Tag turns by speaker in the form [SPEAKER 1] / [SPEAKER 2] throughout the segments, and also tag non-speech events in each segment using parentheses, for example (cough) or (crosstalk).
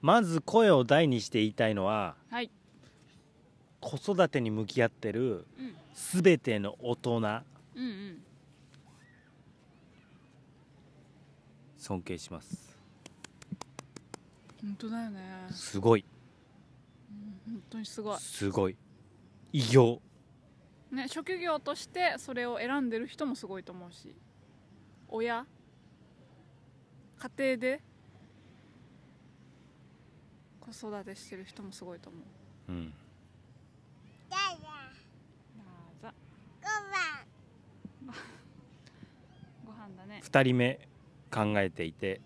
[SPEAKER 1] まず声を大にして言いたいのは
[SPEAKER 2] はい、
[SPEAKER 1] 子育てに向き合ってる
[SPEAKER 2] うん、
[SPEAKER 1] 全ての大人
[SPEAKER 2] うんうん
[SPEAKER 1] 尊敬します
[SPEAKER 2] 本当だよね、
[SPEAKER 1] すごい
[SPEAKER 2] うん、本当にすごい
[SPEAKER 1] すごい偉業
[SPEAKER 2] ね職業としてそれを選んでる人もすごいと思うし親家庭で子育てしてる人もすごいと思う
[SPEAKER 1] うん
[SPEAKER 2] なざ (laughs) ご飯だね
[SPEAKER 1] 2人目考えていて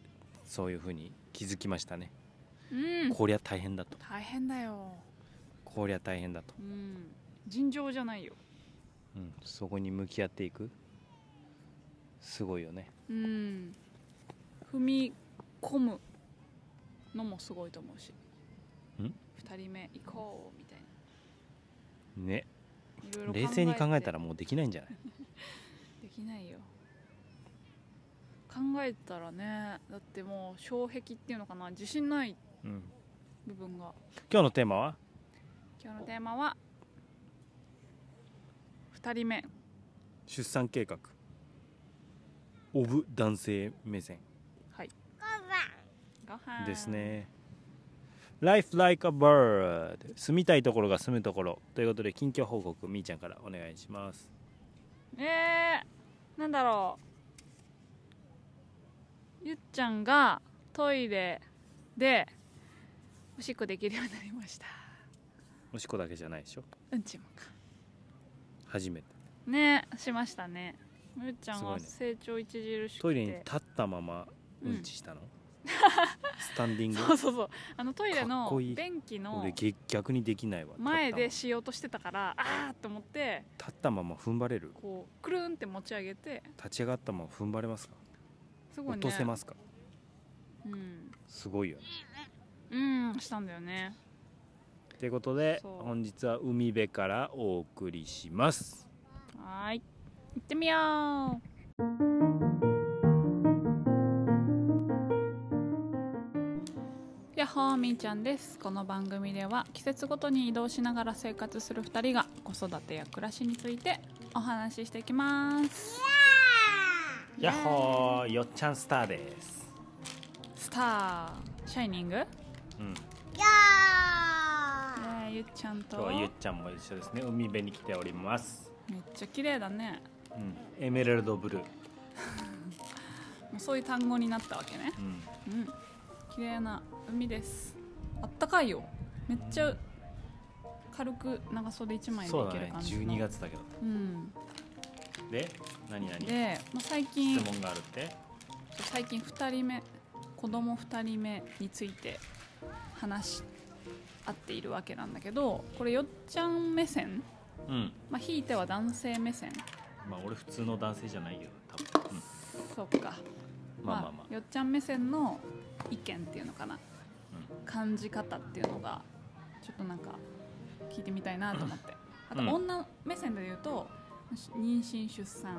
[SPEAKER 1] そういうふうに気づきましたね、
[SPEAKER 2] うん
[SPEAKER 1] こりゃ大変だと
[SPEAKER 2] 大変だよ
[SPEAKER 1] こりゃ大変だと、
[SPEAKER 2] うん尋常じゃないよ
[SPEAKER 1] うん、そこに向き合っていくすごいよね
[SPEAKER 2] うん踏み込むのもすごいと思うし
[SPEAKER 1] ん
[SPEAKER 2] 2人目行こうみたいな
[SPEAKER 1] ね
[SPEAKER 2] いろいろ
[SPEAKER 1] 冷静に考え
[SPEAKER 2] て
[SPEAKER 1] たらもうできないんじゃない
[SPEAKER 2] できないよ考えたらねだってもう障壁っていうのかな自信ない
[SPEAKER 1] うん
[SPEAKER 2] 部分が
[SPEAKER 1] 今日のテーマは
[SPEAKER 2] 今日のテーマは2人目
[SPEAKER 1] 出産計画オブ男性目線
[SPEAKER 2] はいご飯
[SPEAKER 1] ですね Life like a bird 住みたいところが住むところということで近況報告みーちゃんからお願いします
[SPEAKER 2] えー、なんだろうゆっちゃんがトイレでおしっこできるようになりました (laughs)
[SPEAKER 1] おしっこだけじゃないでしょ
[SPEAKER 2] うんちもか
[SPEAKER 1] 初めて
[SPEAKER 2] ねしましたねゆっちゃん
[SPEAKER 1] すご
[SPEAKER 2] はい
[SPEAKER 1] ね
[SPEAKER 2] 成長著しくて
[SPEAKER 1] トイレに立ったままうんちしたの、スタンディン
[SPEAKER 2] そう
[SPEAKER 1] グ
[SPEAKER 2] そうそうあのトイレ
[SPEAKER 1] かっ
[SPEAKER 2] の
[SPEAKER 1] こいい
[SPEAKER 2] 便器の
[SPEAKER 1] 俺げ逆にできないわ
[SPEAKER 2] 前で
[SPEAKER 1] 立
[SPEAKER 2] しようとしてたからあーって思って
[SPEAKER 1] ったまま立ったまま踏ん張れる
[SPEAKER 2] こうくるんって持ち上げて
[SPEAKER 1] 立ち上がったまま踏ん張れますか
[SPEAKER 2] すごい
[SPEAKER 1] 落
[SPEAKER 2] ね
[SPEAKER 1] とせますか
[SPEAKER 2] うん、
[SPEAKER 1] すごいよね
[SPEAKER 2] うん、したんだよね
[SPEAKER 1] ということで
[SPEAKER 2] そう
[SPEAKER 1] 本日は海辺からお送りします
[SPEAKER 2] はーい行ってみようやっほーみーちゃんですこの番組では季節ごとに移動しながら生活する2人が子育てや暮らしについてお話ししていきます
[SPEAKER 1] やっほーよっちゃんスターです
[SPEAKER 2] スターシャイニング
[SPEAKER 1] うん
[SPEAKER 2] ねえゆっちゃんと
[SPEAKER 1] 今日はゆっちゃんも一緒ですね海辺に来ております、
[SPEAKER 2] めっちゃ綺麗だね
[SPEAKER 1] うん、エメラルドブルー、
[SPEAKER 2] もうそういう単語になったわけね
[SPEAKER 1] うん、
[SPEAKER 2] うん綺麗な海ですあったかいよめっちゃ軽く長袖1枚で
[SPEAKER 1] そう
[SPEAKER 2] い
[SPEAKER 1] だ
[SPEAKER 2] ける
[SPEAKER 1] ね
[SPEAKER 2] 感じの
[SPEAKER 1] 12月だけど
[SPEAKER 2] うん
[SPEAKER 1] で何何質
[SPEAKER 2] で、まあ、最近
[SPEAKER 1] 問があるって
[SPEAKER 2] 最近2人目子供2人目について話し合っているわけなんだけどこれよっちゃん目線
[SPEAKER 1] うん
[SPEAKER 2] まあ、ひいては男性目線
[SPEAKER 1] まあ俺普通の男性じゃないけど多分、
[SPEAKER 2] そっか
[SPEAKER 1] うん、まあまあまあ
[SPEAKER 2] よっちゃん目線の意見っていうのかな、
[SPEAKER 1] う
[SPEAKER 2] 感じ方っていうのがちょっとなんか聞いてみたいなと思ってあと、
[SPEAKER 1] うん
[SPEAKER 2] 女目線で言うとし妊娠出産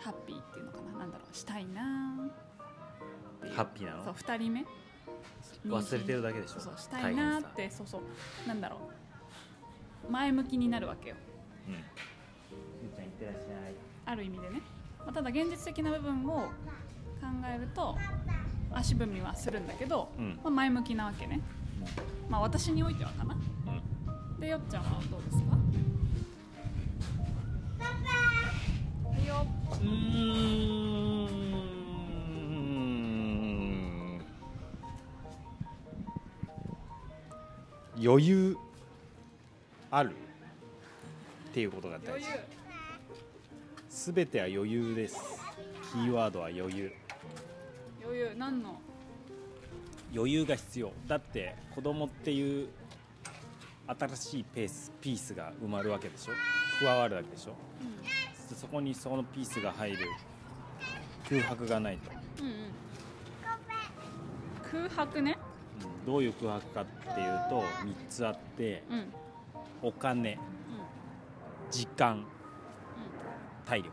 [SPEAKER 2] ハッピーっていうのかななんだろうしたいなっていう
[SPEAKER 1] ハッピーな
[SPEAKER 2] そう
[SPEAKER 1] の
[SPEAKER 2] 2人目
[SPEAKER 1] 忘れてるだけでしょ
[SPEAKER 2] そうそうしたいなーっ
[SPEAKER 1] 大変
[SPEAKER 2] てそうそうなんだろう前向きになるわけよ
[SPEAKER 1] さうんゆっちゃんいってらっしゃい
[SPEAKER 2] ある意味でね、まあ、ただ現実的な部分を考えると足踏みはするんだけど、
[SPEAKER 1] うん
[SPEAKER 2] まあ、前向きなわけね、まあ、私においてはかな
[SPEAKER 1] うん
[SPEAKER 2] でよっちゃんはどうですかパパはいよ
[SPEAKER 1] うーん余裕あるっていうことが大
[SPEAKER 2] 余
[SPEAKER 1] 事
[SPEAKER 2] 裕
[SPEAKER 1] すべては余裕ですキーワードは余裕
[SPEAKER 2] 余裕何の
[SPEAKER 1] 余裕が必要だって子供っていう新しいペースピースが埋まるわけでしょ加わるわけでしょ、そそこにそのピースが入る空白がないと
[SPEAKER 2] うんうん空白ね
[SPEAKER 1] うんどういう空白かっていうと3つあって
[SPEAKER 2] うんうん
[SPEAKER 1] お金時間体力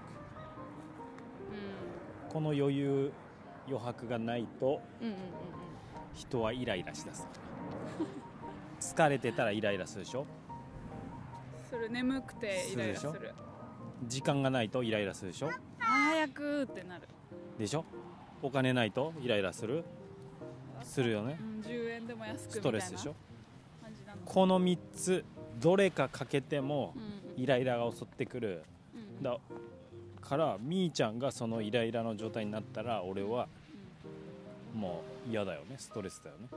[SPEAKER 1] この余裕余白がないと
[SPEAKER 2] うんうんうんうんうん
[SPEAKER 1] 人はイライラしだす疲れてたらイライラするでしょ
[SPEAKER 2] する眠くてイライラする
[SPEAKER 1] する時間がないとイライラするでしょ
[SPEAKER 2] あー早くってなる、
[SPEAKER 1] でしょお金ないとイライラするするよね
[SPEAKER 2] うん、10円でも安く
[SPEAKER 1] ス
[SPEAKER 2] みた
[SPEAKER 1] ト
[SPEAKER 2] いな
[SPEAKER 1] レスでしょ
[SPEAKER 2] 感じなの
[SPEAKER 1] この3つどれか欠けても
[SPEAKER 2] うん
[SPEAKER 1] イライラが襲ってくる
[SPEAKER 2] うんうん
[SPEAKER 1] だからみーちゃんがそのイライラの状態になったら俺はもう嫌だよねストレスだよね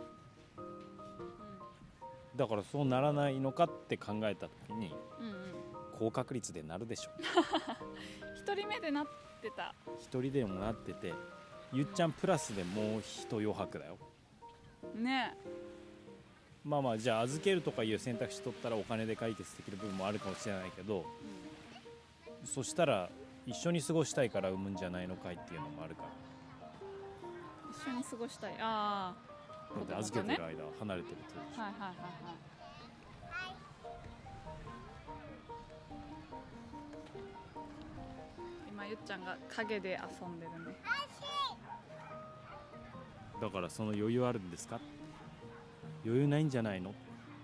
[SPEAKER 1] だからそうならないのかって考えた時に
[SPEAKER 2] うんうんうん
[SPEAKER 1] 高確率でなるでしょ
[SPEAKER 2] 一人目でなってた
[SPEAKER 1] 一人でもなっててゆっちゃんプラスでもう人余白だよ
[SPEAKER 2] ね
[SPEAKER 1] まあまあじゃあ預けるとかいう選択肢取ったらお金で解決できる部分もあるかもしれないけど
[SPEAKER 2] え、
[SPEAKER 1] そしたら一緒に過ごしたいから産むんじゃないのかいっていうのもあるから
[SPEAKER 2] 一緒に過ごしたいあ
[SPEAKER 1] だって預けてる間は離れてるってことでし
[SPEAKER 2] あはいはいはいはい今ゆっちゃんが影で遊んでるね
[SPEAKER 1] ょだからその余裕あるんですか余裕ないんじゃないの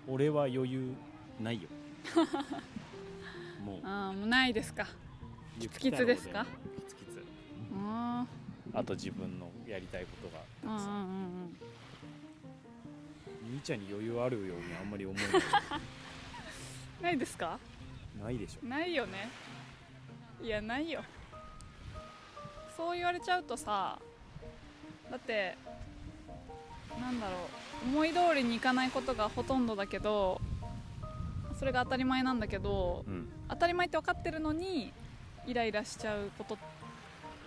[SPEAKER 1] 俺は余裕ないよもう
[SPEAKER 2] ああもうないですか
[SPEAKER 1] キ
[SPEAKER 2] ツキツですか
[SPEAKER 1] キツキツ
[SPEAKER 2] うん
[SPEAKER 1] あと自分のやりたいことが
[SPEAKER 2] うんうんうん
[SPEAKER 1] みーちゃんに余裕あるようにあんまり思えない
[SPEAKER 2] ないですか
[SPEAKER 1] ないでしょ
[SPEAKER 2] ないよねいやないよそう言われちゃうとさだってなんだろう思い通りにいかないことがほとんどだけどそれが当たり前なんだけど
[SPEAKER 1] うん
[SPEAKER 2] 当たり前って分かってるのにイライラしちゃうこと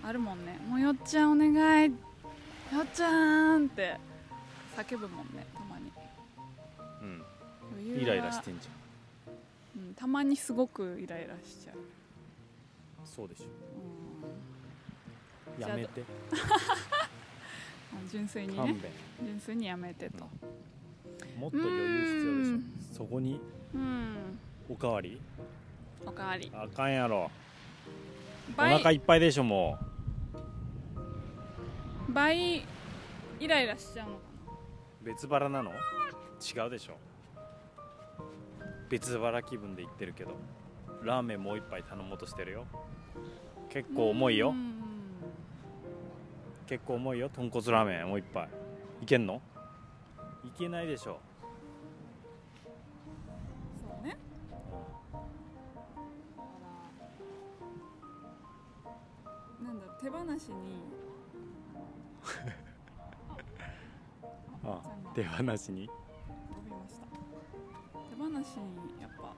[SPEAKER 2] あるもんねもうよっちゃんお願いよっちゃんって叫ぶもんねたまに余裕
[SPEAKER 1] うん
[SPEAKER 2] が
[SPEAKER 1] イライラしてんじ
[SPEAKER 2] うん、たまにすごくイライラしちゃう、
[SPEAKER 1] ゃんそうでし
[SPEAKER 2] う
[SPEAKER 1] ょやめて
[SPEAKER 2] ん純粋にね
[SPEAKER 1] 勘弁
[SPEAKER 2] 純粋にやめてと
[SPEAKER 1] もっと余裕必要でしょそこに
[SPEAKER 2] うん
[SPEAKER 1] おかわり
[SPEAKER 2] おかわり
[SPEAKER 1] あかんやろお
[SPEAKER 2] 倍
[SPEAKER 1] 腹いっぱいでしょも
[SPEAKER 2] 倍イライラしちゃうのか
[SPEAKER 1] う別腹なの違うでしょ別腹気分で言ってるけどラーメンもう一杯頼もうとしてるよ結
[SPEAKER 2] な
[SPEAKER 1] 構重いよ
[SPEAKER 2] うん
[SPEAKER 1] 結構重いよ豚骨ラーメンもう一杯いけんのいけないでしょ
[SPEAKER 2] そうねだからなんだろう手放しに
[SPEAKER 1] あ
[SPEAKER 2] 全部
[SPEAKER 1] 手放しに
[SPEAKER 2] 飛びました手放しにやっぱ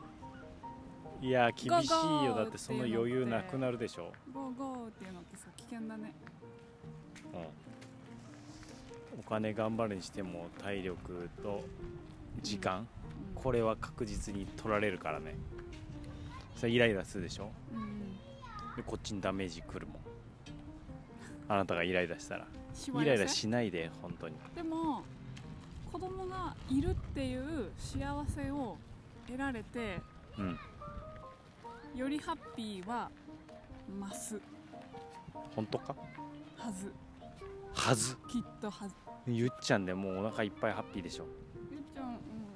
[SPEAKER 1] いや厳しいよ
[SPEAKER 2] ゴーゴー
[SPEAKER 1] だってその余裕なくなるでしょ、
[SPEAKER 2] ゴーゴーっていうのってさ危険だね
[SPEAKER 1] うんお金頑張るにしても体力と時間、
[SPEAKER 2] うん
[SPEAKER 1] これは確実に取られるからねそれイライラするでしょ
[SPEAKER 2] うん
[SPEAKER 1] でこっちにダメージくるもんあなたがイライラしたら
[SPEAKER 2] しわ
[SPEAKER 1] イ
[SPEAKER 2] 寄
[SPEAKER 1] ラ
[SPEAKER 2] せ
[SPEAKER 1] イラしないで本当に
[SPEAKER 2] でも子供がいるっていう幸せを得られて
[SPEAKER 1] うん
[SPEAKER 2] よりハッピーは増す
[SPEAKER 1] 本当か
[SPEAKER 2] はず
[SPEAKER 1] はず
[SPEAKER 2] きっとはず
[SPEAKER 1] ゆっちゃんでもうお腹いっぱいハッピーでしょ
[SPEAKER 2] ゆっちゃん、う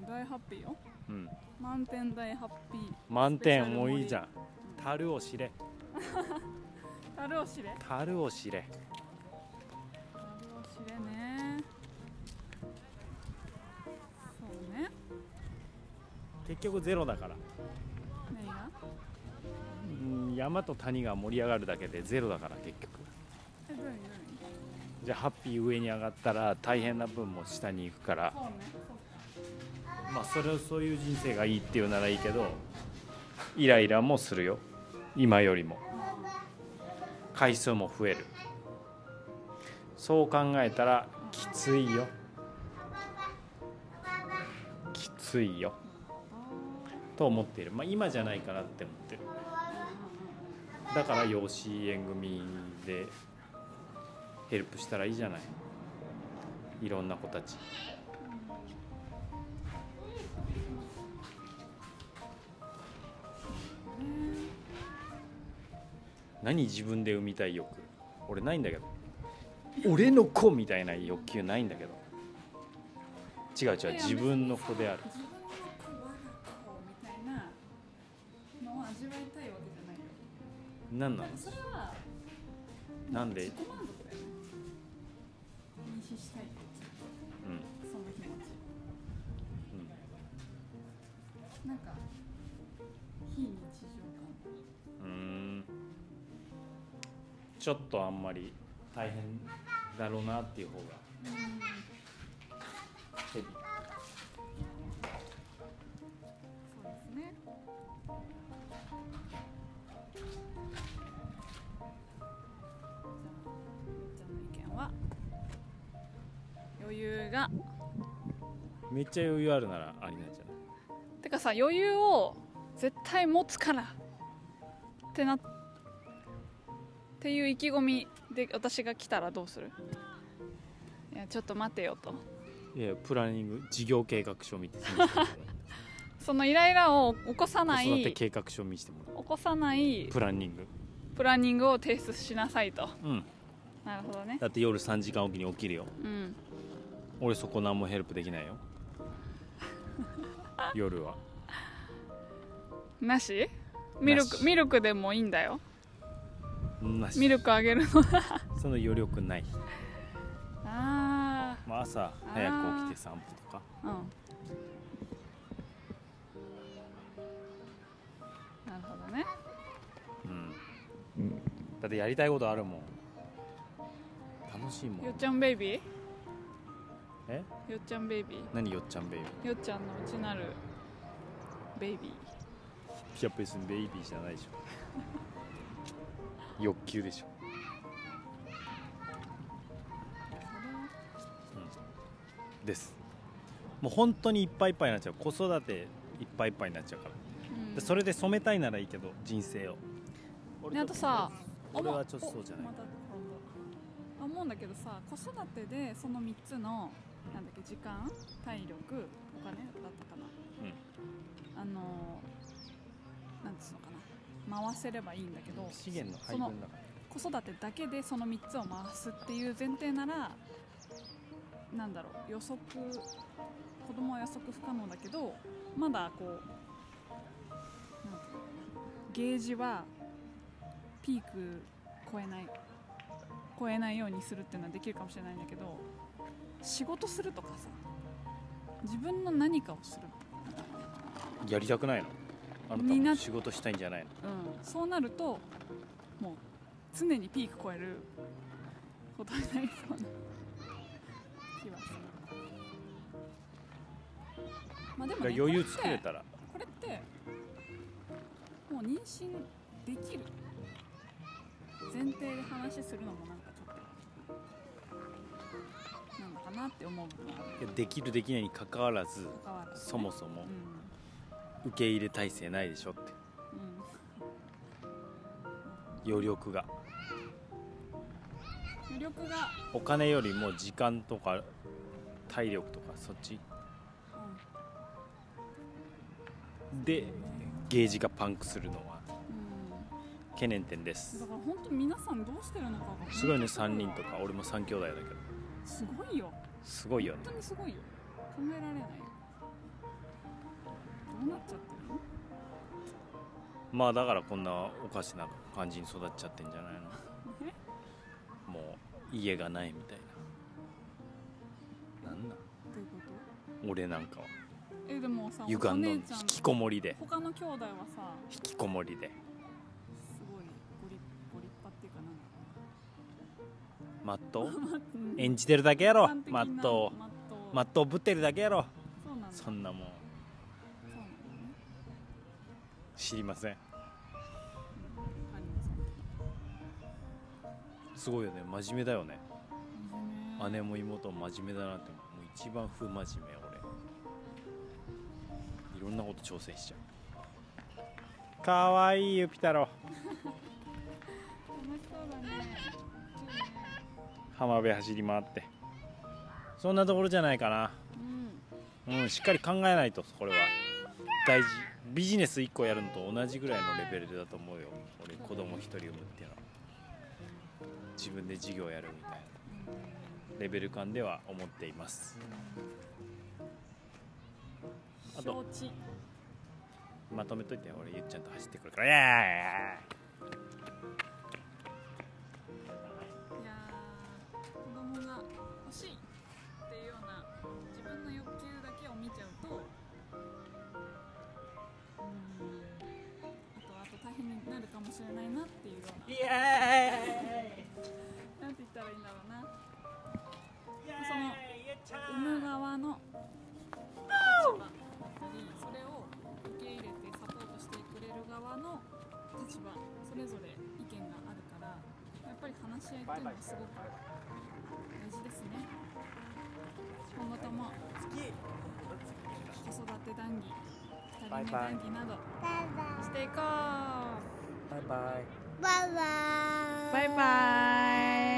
[SPEAKER 2] ん、大ハッピーよ
[SPEAKER 1] うん
[SPEAKER 2] 満点大ハッピー
[SPEAKER 1] 満
[SPEAKER 2] ス
[SPEAKER 1] 点
[SPEAKER 2] ペシャル
[SPEAKER 1] もう
[SPEAKER 2] 盛り
[SPEAKER 1] いいじゃん樽を知れ
[SPEAKER 2] 樽を知れ
[SPEAKER 1] 樽を知れ
[SPEAKER 2] 樽を知れねそうね
[SPEAKER 1] 結局ゼロだから
[SPEAKER 2] 何が
[SPEAKER 1] うん山と谷が盛り上がるだけでゼロだから結局
[SPEAKER 2] えどういうどういう
[SPEAKER 1] じゃあハッピー上に上がったら大変な分も下に行くから
[SPEAKER 2] そうねそう
[SPEAKER 1] まあそれをそういう人生がいいっていうならいいけどイライラもするよ今よりも回数も増えるそう考えたらきついよきついよと思っているまあ今じゃないかなって思ってるだから養子縁組でヘルプしたらいいじゃないいろんな子たち何自分で産みたい欲俺ないんだけど俺の子みたいな欲求ないんだけど違う違う自分の子である
[SPEAKER 2] 自分の子我が子みたいなのを味わいたいわけじゃないよ
[SPEAKER 1] 何な
[SPEAKER 2] な
[SPEAKER 1] の
[SPEAKER 2] んかそれは
[SPEAKER 1] なんで
[SPEAKER 2] 自己満足だよね妊娠したいって
[SPEAKER 1] うんうん
[SPEAKER 2] その気持ちなんか非日常
[SPEAKER 1] う
[SPEAKER 2] 感
[SPEAKER 1] ーんちょっとあんまり大変だろうなっていう方がヘビ
[SPEAKER 2] そうですねじゃあじゃあの意見は余裕が
[SPEAKER 1] めっちゃ余裕あるならありなんじゃない
[SPEAKER 2] てかさ余裕を絶対持つからってなっていう意気込みで私が来たらどうするいやちょっと待てよと
[SPEAKER 1] いやプランニング事業計画書見て見せてもら
[SPEAKER 2] (laughs)
[SPEAKER 1] って
[SPEAKER 2] そのイライラを起こさな
[SPEAKER 1] 子育て
[SPEAKER 2] い起
[SPEAKER 1] 計画書見せてもらっ
[SPEAKER 2] こさない
[SPEAKER 1] てプランニング
[SPEAKER 2] プランニングを提出しなさいと
[SPEAKER 1] うん
[SPEAKER 2] なるほどね
[SPEAKER 1] だって夜3時間おきに起きるよ
[SPEAKER 2] うん
[SPEAKER 1] 俺そこ何もヘルプできないよ夜は
[SPEAKER 2] なしミル
[SPEAKER 1] な
[SPEAKER 2] ク
[SPEAKER 1] し
[SPEAKER 2] ミルクでもいいんだよ
[SPEAKER 1] なし
[SPEAKER 2] ミルクあげるの
[SPEAKER 1] その余力ない、
[SPEAKER 2] (laughs) あ
[SPEAKER 1] まあ、朝早く起きて散歩とか
[SPEAKER 2] あうんなるほどね
[SPEAKER 1] うんだってやりたいことあるもん楽しいも
[SPEAKER 2] よっ
[SPEAKER 1] ん
[SPEAKER 2] ちゃんベイビー
[SPEAKER 1] え
[SPEAKER 2] よっちゃんベイビ
[SPEAKER 1] 何よっちゃんベイビ
[SPEAKER 2] ーよっちゃんのうちなるベイビ
[SPEAKER 1] ーいや別にベイビーじゃないでしょ (laughs) 欲求でしょ
[SPEAKER 2] ー
[SPEAKER 1] ですもう本当にいっぱいいっぱいになっちゃう子育ていっぱいいっぱいになっちゃうから、でそ
[SPEAKER 2] れ
[SPEAKER 1] れで染めたいならいいけど人生を
[SPEAKER 2] ねあとさ
[SPEAKER 1] 俺はちょっとそうじゃない
[SPEAKER 2] おまた今度思うんだけどさ子育てでその3つのなんだっけ時間体力お金だったかなあのーなんつうのかな回せればいいんだけど
[SPEAKER 1] 資源の配
[SPEAKER 2] その
[SPEAKER 1] 分だから
[SPEAKER 2] 子育てだけでその3つを回すっていう前提ならなんだろう予測子供は予測不可能だけどまだこうなんていうのかなゲージはピーク超えない超えないようにするっていうのはできるかもしれないんだけど仕事するとかさ自分の何かをするみたいな
[SPEAKER 1] やりたくないのあなた
[SPEAKER 2] に
[SPEAKER 1] も
[SPEAKER 2] なっ
[SPEAKER 1] 仕事したいんじゃないの
[SPEAKER 2] うん、そうなるともう常にピーク超えることになりそうな気はする、まあ、でも、
[SPEAKER 1] だ
[SPEAKER 2] ね、
[SPEAKER 1] から余裕作れ
[SPEAKER 2] こ
[SPEAKER 1] たら
[SPEAKER 2] れってこれってもう妊娠できる前提で話するのもなんかちょっとなのかなって思う部分がある
[SPEAKER 1] いやできるできないにかかわらず
[SPEAKER 2] 関わらずね
[SPEAKER 1] そもそも受け入れ体制ないでしょって
[SPEAKER 2] うん、うん
[SPEAKER 1] 余力が
[SPEAKER 2] 魅力が、
[SPEAKER 1] お金よりも時間とか体力とかそっちでゲージがパンクするのは
[SPEAKER 2] うんうん
[SPEAKER 1] 懸念点です
[SPEAKER 2] だから本当皆さんどうしてるのかが
[SPEAKER 1] すごいね3人とか俺も3兄弟だけど
[SPEAKER 2] すごいよ
[SPEAKER 1] すごいよね
[SPEAKER 2] 本当にすごいよ考えられないよどうなっちゃってるの
[SPEAKER 1] まあだからこんなおかしな感じに育っちゃってんじゃないのもう家がないみたいななんなん
[SPEAKER 2] どういうこ
[SPEAKER 1] 俺なんかは
[SPEAKER 2] とえでもさ
[SPEAKER 1] ゆがんの
[SPEAKER 2] お
[SPEAKER 1] 引
[SPEAKER 2] 姉ちゃん
[SPEAKER 1] きこもりで
[SPEAKER 2] 他の兄弟はさ
[SPEAKER 1] 引きこもりです
[SPEAKER 2] ごいごりご立派っていうかなん
[SPEAKER 1] まっ
[SPEAKER 2] だ
[SPEAKER 1] とう
[SPEAKER 2] うん
[SPEAKER 1] 演じてるだけやろ
[SPEAKER 2] 一般的
[SPEAKER 1] ま
[SPEAKER 2] な
[SPEAKER 1] っと
[SPEAKER 2] マット
[SPEAKER 1] うまっとうぶってるだけやろ
[SPEAKER 2] そうなんだ
[SPEAKER 1] そ
[SPEAKER 2] そうなん
[SPEAKER 1] んなもん
[SPEAKER 2] だね
[SPEAKER 1] 知りません
[SPEAKER 2] アニメさん
[SPEAKER 1] すごいよね真面目だよね
[SPEAKER 2] 真面目
[SPEAKER 1] 姉も妹も真面目だなって思うもう一番不真面目俺いろんなこと挑戦しちゃうかわいいゆぴ太郎
[SPEAKER 2] 楽しそうだね
[SPEAKER 1] 浜辺走り回ってそんなところじゃないか
[SPEAKER 2] うん
[SPEAKER 1] なうんしっかり考えないとこれは大事ビジネス1個やるのと同じぐらいのレベルだと思うよ俺子供1人産むっていうのは自分で事業やるみたいなレベル感では思っていますあと
[SPEAKER 2] 承知
[SPEAKER 1] まとめといて俺ゆっちゃんと走ってくるからいやいやいや
[SPEAKER 2] いやー子供が欲しいっていうような自分の欲求だけを見ちゃうとうーんあとあと大変になるかもしれないなっていうよう
[SPEAKER 1] イエ
[SPEAKER 2] ななんて言ったらいいんだろうな
[SPEAKER 1] ーイイエ
[SPEAKER 2] その
[SPEAKER 1] ーイゆっちゃ
[SPEAKER 2] 産む
[SPEAKER 1] ん
[SPEAKER 2] 側の立場だったりそれを受け入れてサポートしてくれる側の立場それぞれ意見があるからやっぱり話し合いっていうのはすごく大事ですね今後とも子育て談義二人目談義などしていこう
[SPEAKER 1] バイバイ
[SPEAKER 3] バイバイ。
[SPEAKER 2] バイバイ